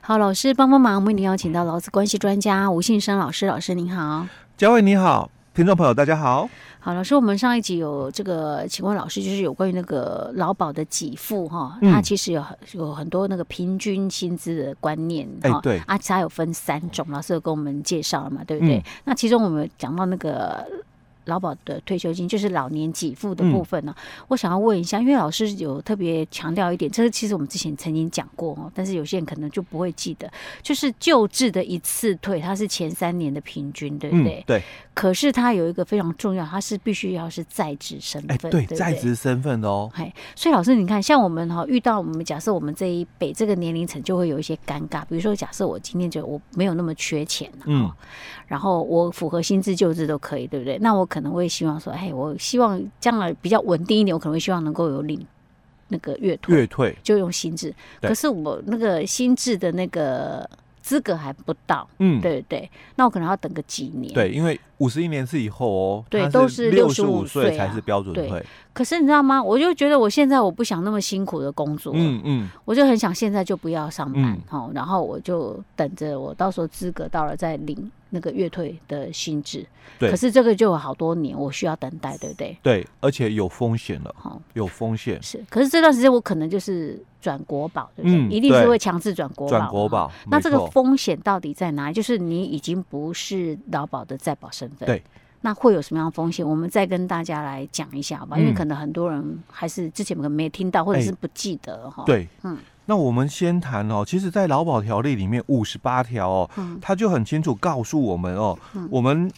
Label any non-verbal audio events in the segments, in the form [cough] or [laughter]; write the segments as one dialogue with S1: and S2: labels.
S1: 好，老师帮帮忙，为您邀请到劳资关系专家吴信生老师，老师您好。
S2: 嘉惠你好，听众朋友大家好。
S1: 好，老师，我们上一集有这个，请问老师，就是有关于那个劳保的给付哈，
S2: 嗯
S1: 它其实有很有很多那个平均薪资的观念
S2: 哎对
S1: 啊，它有分三种，老师有跟我们介绍了嘛，对不对？
S2: 嗯
S1: 那其中我们讲到那个。劳保的退休金就是老年给付的部
S2: 嗯
S1: 分呢、我想要问一下，因为老师有特别强调一点，这个其实我们之前曾经讲过哦，但是有些人可能就不会记得，就是救治的一次退，它是前三年的平均，对不对？
S2: 嗯对，
S1: 可是他有一个非常重要，他是必须要是在职身
S2: 哎、
S1: 份，
S2: 对，
S1: 不
S2: 在。职身份的哦，
S1: 嘿，所以老师，你看，像我们哈、遇到我们假设我们这一辈这个年龄层，就会有一些尴尬。比如说，假设我今天就我没有那么缺钱、啊、
S2: 嗯，
S1: 然后我符合薪资救治都可以，对不对？那我可能会希望说，哎，我希望将来比较稳定一点，我可能会希望能够有领那个月退，
S2: 月退，
S1: 就用薪资。
S2: 对
S1: 可是我那个薪资的那个资格还不到，
S2: 嗯，
S1: 对不对？那我可能要等个几年。
S2: 对，因为五十一年次以后哦，
S1: 对
S2: 它
S1: 都是
S2: 是
S1: 65
S2: 五岁
S1: 岁啊
S2: 才是标准
S1: 对
S2: 退，
S1: 可是你知道吗？我就觉得我现在我不想那么辛苦的工作，
S2: 嗯嗯，
S1: 我就很想现在就不要上班
S2: 嗯
S1: 哦，然后我就等着我到时候资格到了再领那个月退的薪资。
S2: 对
S1: 可是这个就有好多年我需要等待，对不对？
S2: 对，而且有风险了，
S1: 好、
S2: 有风险，
S1: 是。可是这段时间我可能就是转国保，对不对？
S2: 嗯
S1: 一定是
S2: 对
S1: 会强制转国保嘛。
S2: 转国保，
S1: 那
S2: 没
S1: 这个
S2: 错
S1: 风险到底在哪里？就是你已经不是劳保的在保身份，
S2: 对，
S1: 那会有什么样的风险？我们再跟大家来讲一下好吧，因为
S2: 嗯
S1: 可能很多人还是之前可能没听到，或者
S2: 哎
S1: 是不记得哈、，
S2: 对，
S1: 嗯
S2: 那我们先谈哦，其实，在劳保条例里面五十八条哦，
S1: 嗯
S2: 它就很清楚告诉我们哦，我们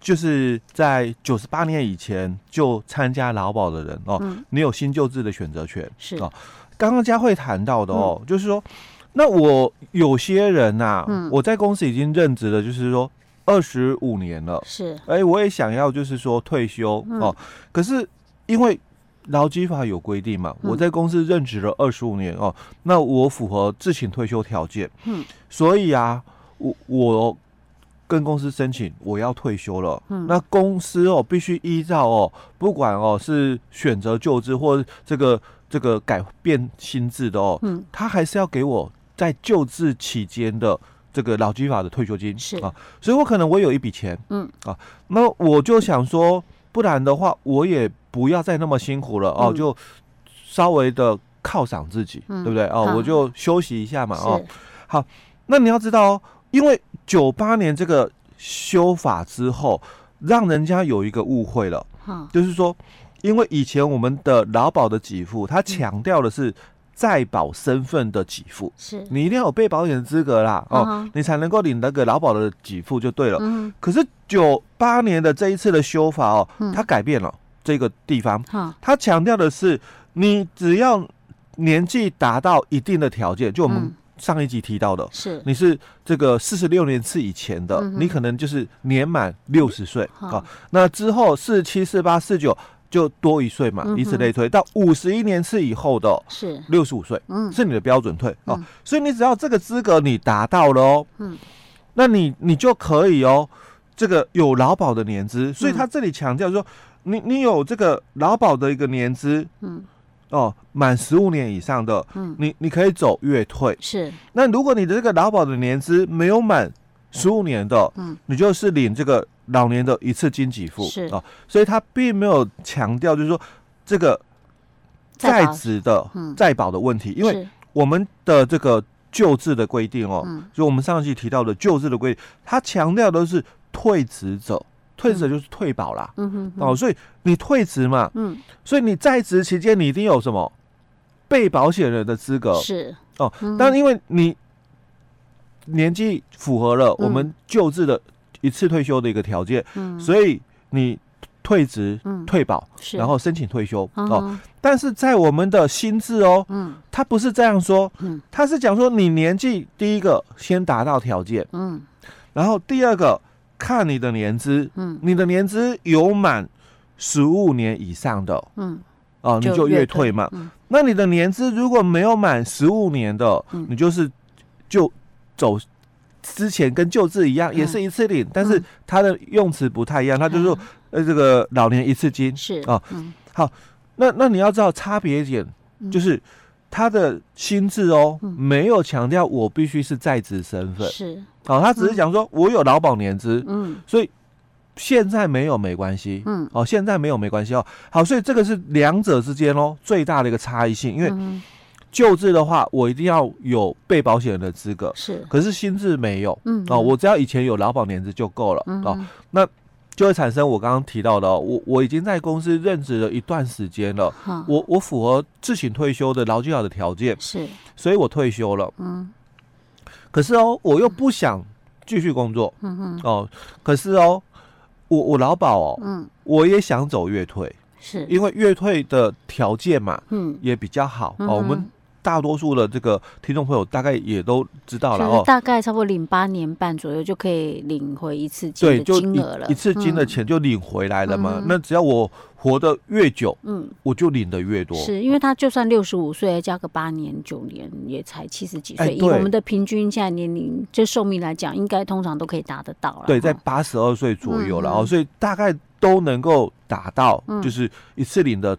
S2: 就是在九十八年以前就参加劳保的人哦，
S1: 嗯
S2: 你有新旧制的选择权。
S1: 是，
S2: 哦刚刚佳慧谈到的哦，就是说，那我有些人呐、
S1: 嗯
S2: 我在公司已经任职了，就是说二十五年了，
S1: 是，
S2: 哎、我也想要就是说退休、
S1: 嗯
S2: 哦，可是因为劳基法有规定嘛，
S1: 嗯
S2: 我在公司任职了二十五年哦，那我符合自请退休条件，
S1: 嗯，
S2: 所以啊，我我跟公司申请我要退休了，
S1: 嗯
S2: 那公司哦必须依照哦，不管哦是选择就职或这个这个改变薪资的哦，
S1: 嗯，
S2: 他还是要给我在就职期间的这个劳基法的退休金
S1: 是
S2: 啊，所以我可能我有一笔钱，
S1: 嗯
S2: 啊，那我就想说，不然的话我也不要再那么辛苦了哦、
S1: 嗯
S2: 就稍微的犒赏自己，
S1: 嗯
S2: 对不对哦、
S1: 好
S2: 我就休息一下嘛哦
S1: 是，，
S2: 那你要知道哦，因为九八年这个修法之后，让人家有一个误会了，
S1: 哈、
S2: 就是说，因为以前我们的劳保的给付，它强调的是在保身份的给付，
S1: 是，
S2: 你一定要有被保险资格啦，哦，
S1: 嗯嗯哼
S2: 你才能够领那个劳保的给付就对了。
S1: 嗯，
S2: 可是九八年的这一次的修法哦
S1: 嗯，
S2: 它改变了这个地方，
S1: 哈，
S2: 它强调的是，你只要年纪达到一定的条件，就我们
S1: 嗯
S2: 上一集提到的，
S1: 是，
S2: 你是这个四十六年次以前的，
S1: 嗯哼
S2: 你可能就是年满六十岁
S1: 好
S2: 啊，那之后四七、四八、四九就多一岁嘛，
S1: 嗯哼
S2: 以此类推，到五十一年次以后的
S1: 是，
S2: 六十五岁
S1: 嗯，
S2: 是你的标准退哦、
S1: 嗯
S2: 所以你只要这个资格你达到了哦，
S1: 嗯，
S2: 那你你就可以哦，这个有劳保的年资，所以
S1: 嗯
S2: 他这里强调说，你你有这个劳保的一个年资
S1: 嗯
S2: 哦，满十五年以上的，
S1: 嗯，
S2: 你你可以走月退。
S1: 是，
S2: 那如果你的这个劳保的年资没有满十五年的，
S1: 嗯，
S2: 你就是领这个老年的一次金给付，
S1: 是
S2: 啊，所以他并没有强调就是说这个
S1: 再
S2: 在
S1: 保
S2: 职的
S1: 嗯
S2: 在保的问题，因为
S1: 是，
S2: 我们的这个救治的规定哦，
S1: 嗯，
S2: 就我们上一期提到的救治的规定，他强调的是退职者，退职者就是退保啦，
S1: 嗯哼哼，
S2: 哦，所以你退职嘛，
S1: 嗯，
S2: 所以你在职期间你一定有什么被保险人的资格，
S1: 是，
S2: 哦
S1: 嗯，
S2: 但因为你年纪符合了
S1: 嗯
S2: 我们旧制的一次退休的一个条件，
S1: 嗯
S2: 所以你退职、
S1: 嗯
S2: 退保，
S1: 是，
S2: 然后申请退休
S1: 嗯
S2: 哦。
S1: 哼
S2: 但是在我们的新制哦，
S1: 嗯
S2: 他不是这样说
S1: 嗯，
S2: 他是讲说你年纪第一个先达到条件，
S1: 嗯
S2: 然后第二个看你的年资，
S1: 嗯
S2: 你的年资有满十五年以上的
S1: 嗯，
S2: 哦，你
S1: 就
S2: 就
S1: 月
S2: 月
S1: 退
S2: 退嘛。
S1: 嗯
S2: 那你的年资如果没有满十五年的，
S1: 嗯
S2: 你就是就走之前跟旧制一样，
S1: 嗯
S2: 也是一次领，但是它的用词不太一样，它就是
S1: 嗯
S2: 说呃这个老年一次金。
S1: 是
S2: 哦，
S1: 嗯
S2: 那那你要知道差别点
S1: 嗯
S2: 就是。他的心智哦，没有强调我必须是在职身份，
S1: 是，
S2: 好、他只是讲说我有劳保年资，
S1: 嗯
S2: 所以现在没有没关系，
S1: 嗯，
S2: 哦，现在没有没关系哦，好，所以这个是两者之间哦最大的一个差异性，因为
S1: 嗯
S2: 救治的话，我一定要有被保险人的资格，
S1: 是，
S2: 可是心智没有
S1: 嗯
S2: 哦，我只要以前有劳保年资就够了
S1: 嗯
S2: 哦，就会产生我刚刚提到的哦，我我已经在公司任职了一段时间了，
S1: 好
S2: 我我符合自行退休的劳基法的条件，
S1: 是，
S2: 所以我退休了，
S1: 嗯
S2: 可是哦，我又不想继续工作
S1: 嗯嗯
S2: 哦，可是哦，我我劳保哦，
S1: 嗯
S2: 我也想走月退，
S1: 是，
S2: 因为月退的条件嘛
S1: 嗯，
S2: 也比较好
S1: 嗯
S2: 哦。我们
S1: 哼
S2: 大多数的这个听众朋友大概也都知道了
S1: 就是
S2: 哦。
S1: 大概差不多领八年半左右就可以领回一次金
S2: 对，
S1: 的
S2: 就
S1: 金
S2: 一
S1: 额了，
S2: 一次金的
S1: 嗯，
S2: 钱就领回来了嘛
S1: 嗯。哼
S2: 那只要我活得越久，
S1: 嗯，
S2: 我就领的越多。
S1: 是因为他就算六十五岁，加个八年九年，也才七十几
S2: 哎
S1: 岁。以
S2: 对
S1: 我们的平均现在年龄就寿命来讲，应该通常都可以达得到了。
S2: 对，在
S1: 哈
S2: 八十二岁左右了
S1: 嗯
S2: 哦，
S1: 哼
S2: 所以大概都能够达到，
S1: 嗯
S2: 就是一次领的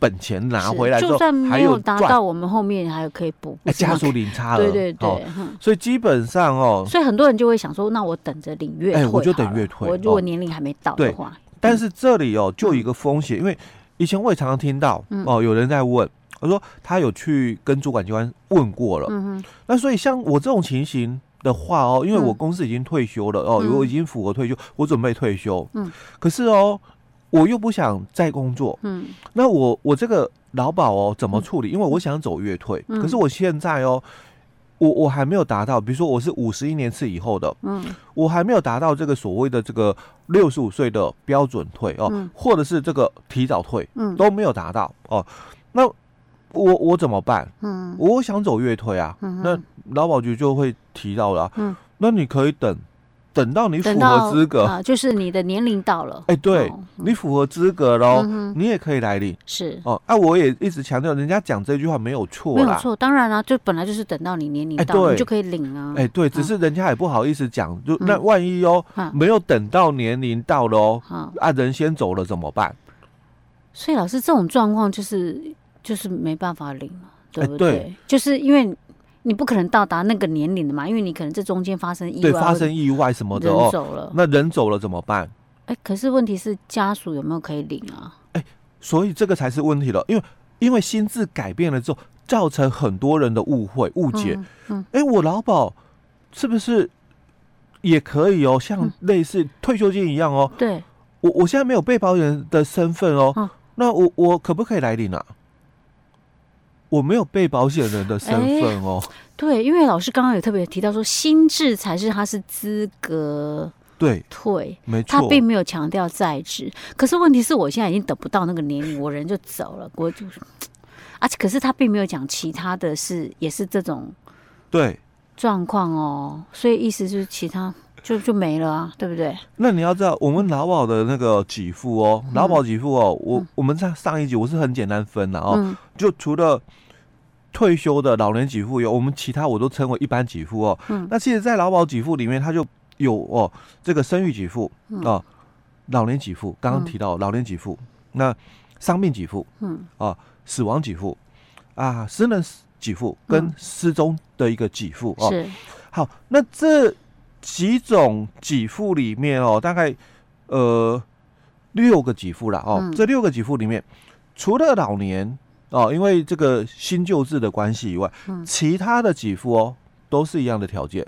S2: 本钱拿
S1: 是
S2: 回来之
S1: 就
S2: 后
S1: 算没
S2: 还
S1: 有达
S2: 赚，
S1: 到，我们后面还有可以补，不
S2: 哎
S1: 是吗
S2: 家族领差额。
S1: 对对
S2: 哦
S1: 对。哼
S2: 所以基本上哦，
S1: 所以很多人就会想说，那我等着领月退
S2: 哎
S1: 好了，
S2: 我就等月退
S1: 我如果
S2: 哦
S1: 年龄还没到
S2: 对
S1: 的话，
S2: 但是这里哦，就有一个风险，因为以前我也常常听到
S1: 嗯
S2: 哦，有人在问，我说他有去跟主管机关问过了，
S1: 嗯哼，
S2: 那所以像我这种情形的话哦，因为我
S1: 嗯
S2: 公司已经退休了哦，
S1: 嗯
S2: 我已经符合退休，我准备退休，
S1: 嗯，
S2: 可是哦，我又不想再工作，
S1: 嗯
S2: 那我我这个劳保哦怎么处理？因为我想走月退，
S1: 嗯
S2: 可是我现在哦。我我还没有达到，比如说我是五十一年次以后的，
S1: 嗯
S2: 我还没有达到这个所谓的这个六十五岁的标准退哦，
S1: 嗯
S2: 或者是这个提早退
S1: 嗯
S2: 都没有达到哦。那我我怎么办？
S1: 嗯
S2: 我想走月退啊，
S1: 嗯
S2: 那
S1: 哼
S2: 劳保局就会提到了啊、
S1: 嗯
S2: 那你可以等，等到你符
S1: 等
S2: 合
S1: 到
S2: 资格，哎、哎
S1: 啊，就是你的年龄到了，
S2: 对、
S1: 哦
S2: 你符合资格喽、
S1: 嗯哼
S2: 你也可以来领
S1: 是
S2: 哦。啊，我也一直强调，人家讲这句话没有错
S1: 没有
S2: 啦，
S1: 错，啊当然啦、就本来就是等到你年龄
S2: 哎
S1: 到了，
S2: 对
S1: 你就可以领啊。
S2: 哎、对，只
S1: 嗯
S2: 是人家也不好意思讲，就、
S1: 嗯
S2: 那万一哦，
S1: 啊
S2: 没有等到年龄到了哦，
S1: 啊，
S2: 啊，人先走了怎么办？
S1: 所以老师这种状况就是就是没办法领了，对
S2: 哎
S1: 不
S2: 对
S1: 就是因为你不可能到达那个年龄的嘛，因为你可能这中间发生意
S2: 对，
S1: 外，
S2: 发生意外什么的
S1: 人
S2: 哦，
S1: 走了。
S2: 那人走了怎么办？
S1: 哎、可是问题是家属有没有可以领啊？
S2: 所以这个才是问题了，因为因为心智改变了之后，造成很多人的误会误解。
S1: 嗯嗯
S2: 哎、我劳保是不是也可以哦？像
S1: 嗯
S2: 类似退休金一样哦，
S1: 对，
S2: 我我现在没有被保人的身份哦，
S1: 嗯
S2: 那我我可不可以来领啊？我没有被保险人的身份哦，
S1: 对，因为老师刚刚有特别提到说，心智才是他是资格
S2: 对，
S1: 退，
S2: 没
S1: 他
S2: 错，
S1: 并没有强调在职。可是问题是我现在已经等不到那个年龄，我人就走了，我就，而且可是他并没有讲其他的是也是这种
S2: 对。
S1: 状况哦，所以意思就是其他就就没了啊，对不对？
S2: 那你要知道，我们劳保的那个给付哦，劳保给付哦，我
S1: 嗯
S2: 我们上上一集我是很简单分了哦，
S1: 嗯
S2: 就除了退休的老年给付有，我们其他我都称为一般给付哦。
S1: 嗯
S2: 那其实，在劳保给付里面，它就有哦这个生育给付啊、
S1: 嗯
S2: 老年给付，刚
S1: 嗯
S2: 刚提到老年给付，那伤病给付、
S1: 嗯
S2: 死亡给付啊、失能给付跟
S1: 嗯
S2: 失踪的一个给付哦。
S1: 是
S2: 好，那这几种给付里面哦，大概呃六个给付啦哦，
S1: 嗯
S2: 这六个给付里面，除了老年哦，因为这个新旧制的关系以外，
S1: 嗯
S2: 其他的给付哦都是一样的条件，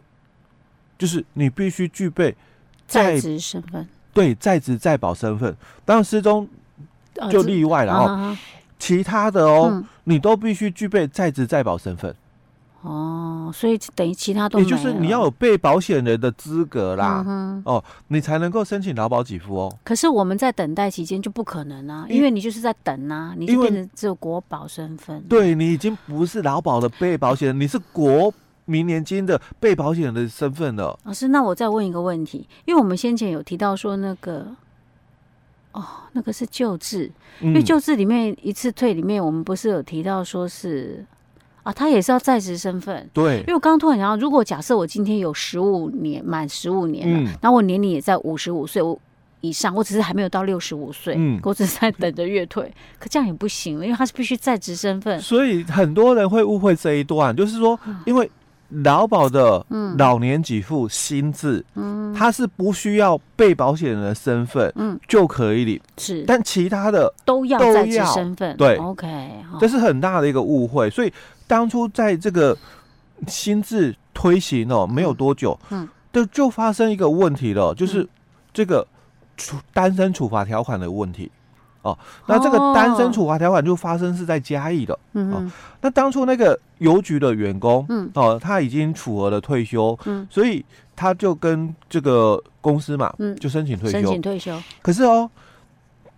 S2: 就是你必须具备
S1: 在
S2: 在
S1: 职身份
S2: 对在职在保身份，当然失踪
S1: 哦
S2: 就
S1: 这
S2: 例外了
S1: 啊
S2: 哦，
S1: 哈哈
S2: 其他的哦、
S1: 嗯
S2: 你都必须具备在职在保身份。
S1: 哦，所以等于其他都
S2: 也
S1: 没
S2: 就是你
S1: 了
S2: 要有被保险人的资格啦
S1: 嗯，哼
S2: 哦，你才能够申请劳保给付哦。
S1: 可是我们在等待期间就不可能啊，
S2: 因
S1: 因为你就是在等啊，你
S2: 因
S1: 就
S2: 为
S1: 变成只有国保身份。，
S2: 对你已经不是劳保的被保险人，你是国民年金的被保险人的身份了。
S1: 老师，那我再问一个问题，因为我们先前有提到说那个，哦，那个是救治，因
S2: 嗯
S1: 为救治里面一次退里面，我们不是有提到说是啊，他也是要在职身份。
S2: 对
S1: 因，为我刚刚突然想到，如果假设我今天有十五年满十五年了，
S2: 嗯
S1: 然后我年龄也在五十五岁，我以上，我只是还没有到六十五岁，
S2: 嗯
S1: 我只是在等着月退。可这样也不行，因为他是必须在职身份，
S2: 所以很多人会误会这一段，就是说，因为劳保的老年给付薪资，嗯，它是不需要被保险人的身份，
S1: 嗯，
S2: 就可以领，
S1: 是
S2: 但其他的
S1: 都要
S2: 都
S1: 在职
S2: 要
S1: 身份。
S2: 对
S1: ，OK，好
S2: 这，是很大的一个误会。所以当初在这个新制推行哦，没有多久，
S1: 嗯，
S2: 就就发生一个问题了，就是
S1: 嗯
S2: 这个处单身处罚条款的问题。哦，那这个单身
S1: 哦
S2: 处罚条款就发生是在嘉义的。
S1: 嗯
S2: 哦
S1: 哼
S2: 那当初那个邮局的员工，
S1: 嗯，
S2: 哦，他已经符合了退休，
S1: 嗯，
S2: 所以他就跟这个公司嘛，
S1: 嗯
S2: 就申请退
S1: 申
S2: 休
S1: 请。退休，
S2: 可是哦，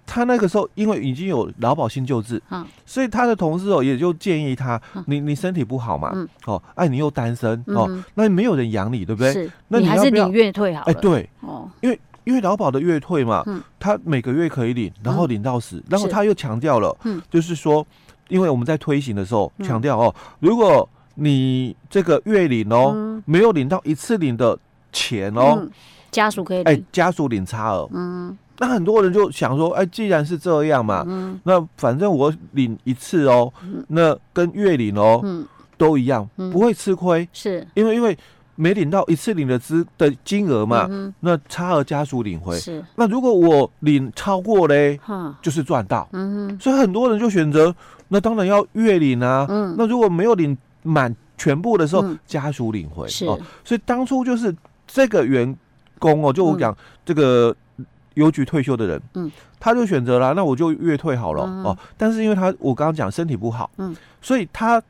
S2: 他那个时候因为已经有劳保新旧制，
S1: 嗯，
S2: 所以他的同事哦也就建议他
S1: 嗯，
S2: 你你身体不好嘛
S1: 嗯，
S2: 哦，哎，你又单身
S1: 嗯
S2: 哦，
S1: 哼，
S2: 那没有人养你，对不对？
S1: 是，
S2: 那
S1: 你
S2: 你
S1: 还
S2: 要
S1: 是
S2: 不要
S1: 领月退好
S2: 哎，
S1: 了。
S2: 对，
S1: 哦，
S2: 因为劳保的月退嘛
S1: 嗯，
S2: 他每个月可以领，然后领到死，然后
S1: 是
S2: 他又强调了
S1: 嗯，
S2: 就是说，因为我们在推行的时候
S1: 嗯
S2: 强调哦，如果你这个月领哦，
S1: 嗯
S2: 没有领到一次领的钱哦，
S1: 嗯家属可以
S2: 哎
S1: 领，，
S2: 家属领差额，
S1: 嗯
S2: 那很多人就想说，哎，既然是这样嘛，
S1: 嗯
S2: 那反正我领一次哦
S1: 嗯，
S2: 那跟月领哦
S1: 嗯，
S2: 都一样，
S1: 嗯
S2: 不会吃亏，
S1: 是
S2: 因为因为没领到一次领的资的金额嘛，
S1: 嗯
S2: 那差额家属领
S1: 哼
S2: 回。
S1: 是，
S2: 那如果我领超过嘞，
S1: 哈，
S2: 就是赚到。
S1: 嗯
S2: 所以很多人就选择，那当然要月领啊
S1: 哼，。嗯，
S2: 那如果没有领满全部的时候
S1: 嗯，
S2: 家属领回
S1: 是，
S2: 哦。所以当初就是这个员工哦，就我讲这个邮局退休的人，
S1: 嗯，
S2: 他就选择了，那我就月退好了
S1: 嗯
S2: 哦。但是因为他我刚刚讲身体不好，
S1: 嗯，
S2: 所以他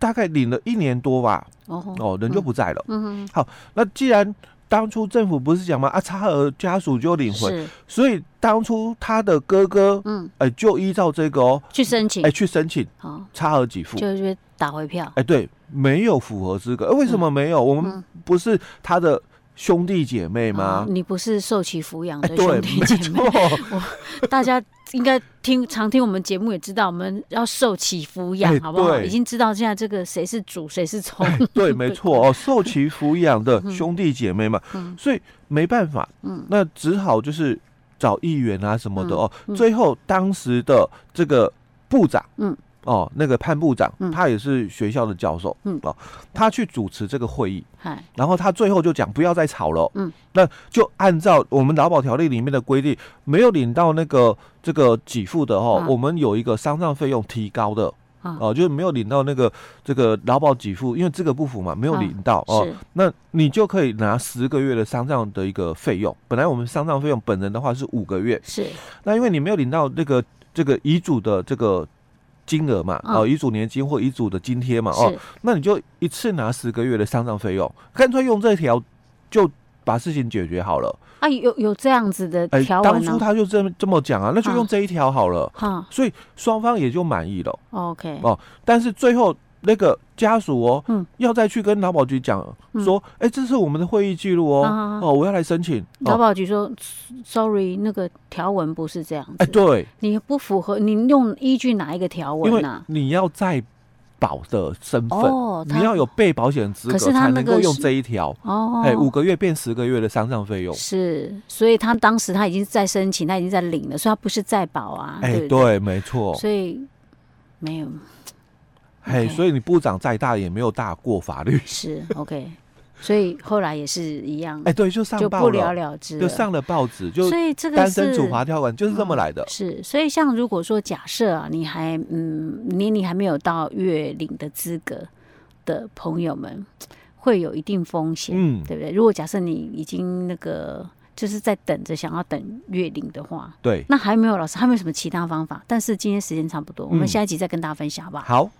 S2: 大概领了一年多吧，
S1: 哦，
S2: 哦，人就不在了。
S1: 嗯
S2: 那既然当初政府不是讲吗？啊，差额家属就领
S1: 哼，
S2: 回，
S1: 是，
S2: 所以当初他的哥哥，
S1: 嗯，
S2: 哎、就依照这个哦，
S1: 去申请
S2: 哎、，去申请
S1: 好，
S2: 差额给付，哎、
S1: 就是打回票，
S2: 对，没有符合资格，哎为什么没有？我们
S1: 嗯
S2: 不是他的兄弟姐妹
S1: 啊
S2: 吗？
S1: 你不是受其抚养
S2: 哎、
S1: 的
S2: 对，
S1: 兄弟
S2: 没
S1: 姐妹，
S2: 错，
S1: 大家应该听常听我们节目也知道，我们要受其抚养
S2: 哎，
S1: 好不好？
S2: 对
S1: 已经知道现在这个谁是主谁是从，
S2: 哎
S1: [laughs]
S2: 对，没错哦，受其抚养的兄弟姐妹嘛，
S1: 嗯
S2: 所以没办法，
S1: 嗯
S2: 那只好就是找议员啊什么的哦。
S1: 嗯嗯
S2: 最后当时的这个部长，
S1: 嗯，
S2: 哦，那个潘部长，
S1: 嗯
S2: 他也是学校的教授，
S1: 嗯
S2: 哦，他去主持这个会议，
S1: 哎，
S2: 然后他最后就讲不要再吵了，哦
S1: 嗯，
S2: 那就按照我们劳保条例里面的规定，没有领到那个这个给付的哦，
S1: 啊
S2: 我们有一个丧葬费用提高的。
S1: 啊
S2: 哦，就是没有领到那个这个劳保给付，因为资格不符嘛，没有
S1: 啊
S2: 领到、哦，
S1: 是，
S2: 那你就可以拿十个月的丧葬的一个费用。本来我们丧葬费用本人的话是五个月，
S1: 是，
S2: 那因为你没有领到那个这个遗嘱的这个金额嘛，
S1: 嗯
S2: 哦，遗嘱年金或遗嘱的津贴嘛，哦
S1: 是，，
S2: 那你就一次拿十个月的丧葬费用，干脆用这条就把事情解决好了。
S1: 啊，有有这样子的
S2: 哎、
S1: 条
S2: 当
S1: 文呢
S2: 初，他就这么这么讲啊，那就
S1: 啊
S2: 用这一条好了，
S1: 哈
S2: 所以双方也就满意了。
S1: ，OK，
S2: 哦但是最后那个家属哦，
S1: 嗯
S2: 要再去跟劳保局讲
S1: 嗯
S2: 说，哎、这是我们的会议记录哦，
S1: 啊啊啊
S2: 哦，我要来申请。
S1: 劳
S2: 哦，
S1: 保局说，sorry，那个条文不是这样
S2: 哎、
S1: 子，
S2: 对，
S1: 你不符合，你用依据哪一个条
S2: 因为
S1: 文啊？
S2: 你要在保的身份，
S1: 哦，
S2: 你
S1: 他
S2: 要有被保险资格
S1: 可是他
S2: 才
S1: 那
S2: 能
S1: 个
S2: 够用
S1: 是
S2: 这一条。
S1: 哦，
S2: 哎、五个月变十个月的丧葬费用。
S1: 是，所以他当时他已经在申请，他已经在领了，所以他不是在保啊，
S2: 哎、
S1: 不
S2: 对，没错。
S1: 所以没有
S2: 哎，
S1: OK 嗯
S2: 所以你部长再大也没有大过法律。
S1: 是 OK，所以后来也是一样，
S2: 哎、对，就上
S1: 就
S2: 报
S1: 不了
S2: 了，
S1: 了之
S2: 就
S1: 了。
S2: 上了报纸，就
S1: 所以这个
S2: 单身
S1: 是哦
S2: 处罚条款就是这么来的。
S1: 是，所以像如果说假设啊，你还嗯年龄还没有到月领的资格的朋友们，会有一定风险，
S2: 嗯，
S1: 对不对？如果假设你已经那个就是在等着想要等月领的话，
S2: 对，
S1: 那还没有老师，还没有什么其他方法。但是今天时间差不多，我们
S2: 嗯
S1: 下一集再跟大家分享，好不好？
S2: 好。